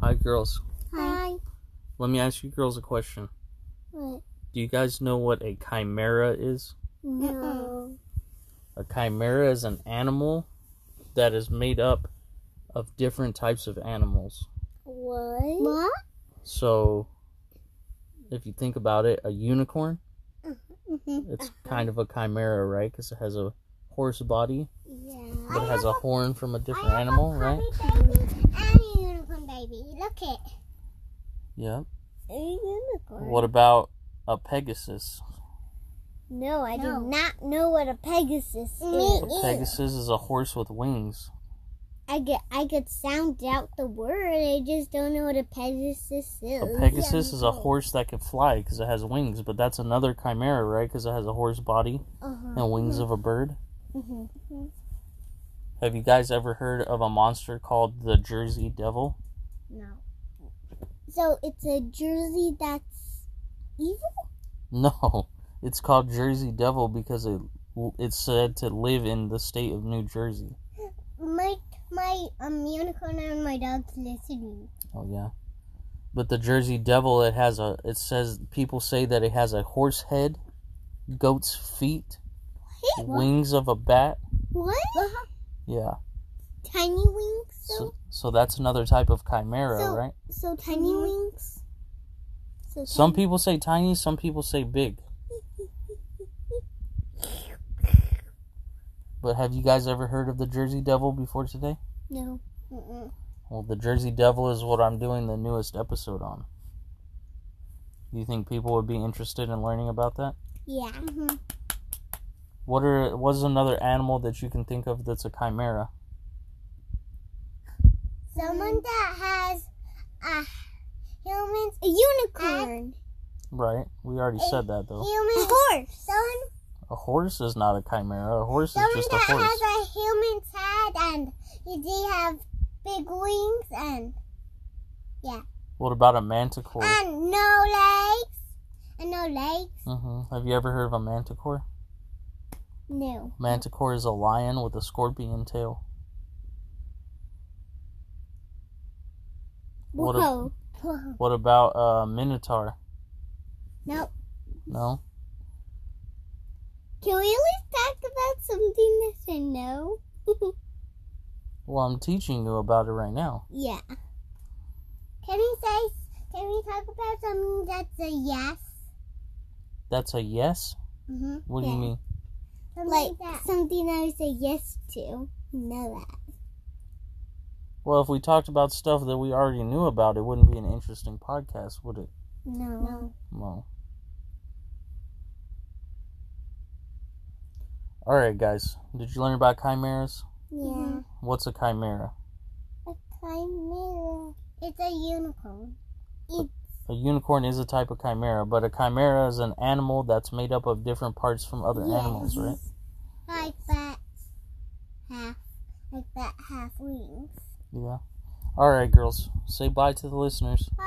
Hi, girls. Hi. Let me ask you girls a question. What? Do you guys know what a chimera is? No. A chimera is an animal that is made up of different types of animals. What? What? So, if you think about it, a unicorn, it's kind of a chimera, right? Because it has a horse body, Yeah. but it has a horn from a different animal, right? Baby and a unicorn baby. Look it. Yeah. A unicorn. What about a pegasus? No, I do not know what a Pegasus A is. pegasus is a horse with wings. I get I could sound out the word. I just don't know what a Pegasus is. A Pegasus is a horse that can fly because it has wings, but that's another chimera, right? Because it has a horse body Uh-huh. and wings of a bird. Mhm. Have you guys ever heard of a monster called the Jersey Devil? No. So it's a jersey that's evil. No, it's called Jersey Devil because it it's said to live in the state of New Jersey. My my um unicorn and my dog's listening. Oh yeah, but the Jersey Devil it has a it says people say that it has a horse head, goat's feet, wings of a bat. What? Yeah, Tiny wings. so so that's another type of chimera, So- right? So tiny wings. So Some people say tiny, some people say big. But have you guys ever heard of the Jersey Devil before today? no. Mm-mm. Well, the Jersey Devil is what I'm doing the newest episode on. Do you think people would be interested in learning about that? Yeah. Mm-hmm. What are what's another animal that you can think of that's a chimera? Someone that has a humans, a unicorn, Right. We already said that though. human horse. Someone, A horse is not a chimera. A horse is someone just a that horse. has a human's head and they have big wings and What about a manticore? and no legs and no legs. hmm Have you ever heard of a manticore? No. Manticore is a lion with a scorpion tail. What a- Whoa. What about a minotaur? no. No? Can we at least talk about something that's a no? Well, I'm teaching you about it right now. Yeah. Can we say? Can we talk about something that's a yes? That's a yes? Mm-hmm. What do you Yeah. mean? like something I would say yes to. You know that. Well, if we talked about stuff that we already knew about, it wouldn't be an interesting podcast, would it? No. No. No. Alright, guys. Did you learn about chimeras? Yeah. What's a chimera? A chimera. Mm-hmm. It's a unicorn. A unicorn is a type of chimera, but a chimera is an animal that's made up of different parts from other animals, right? Like that. Half. Like that half wings. Yeah. Alright, girls. Say bye to the listeners. Bye.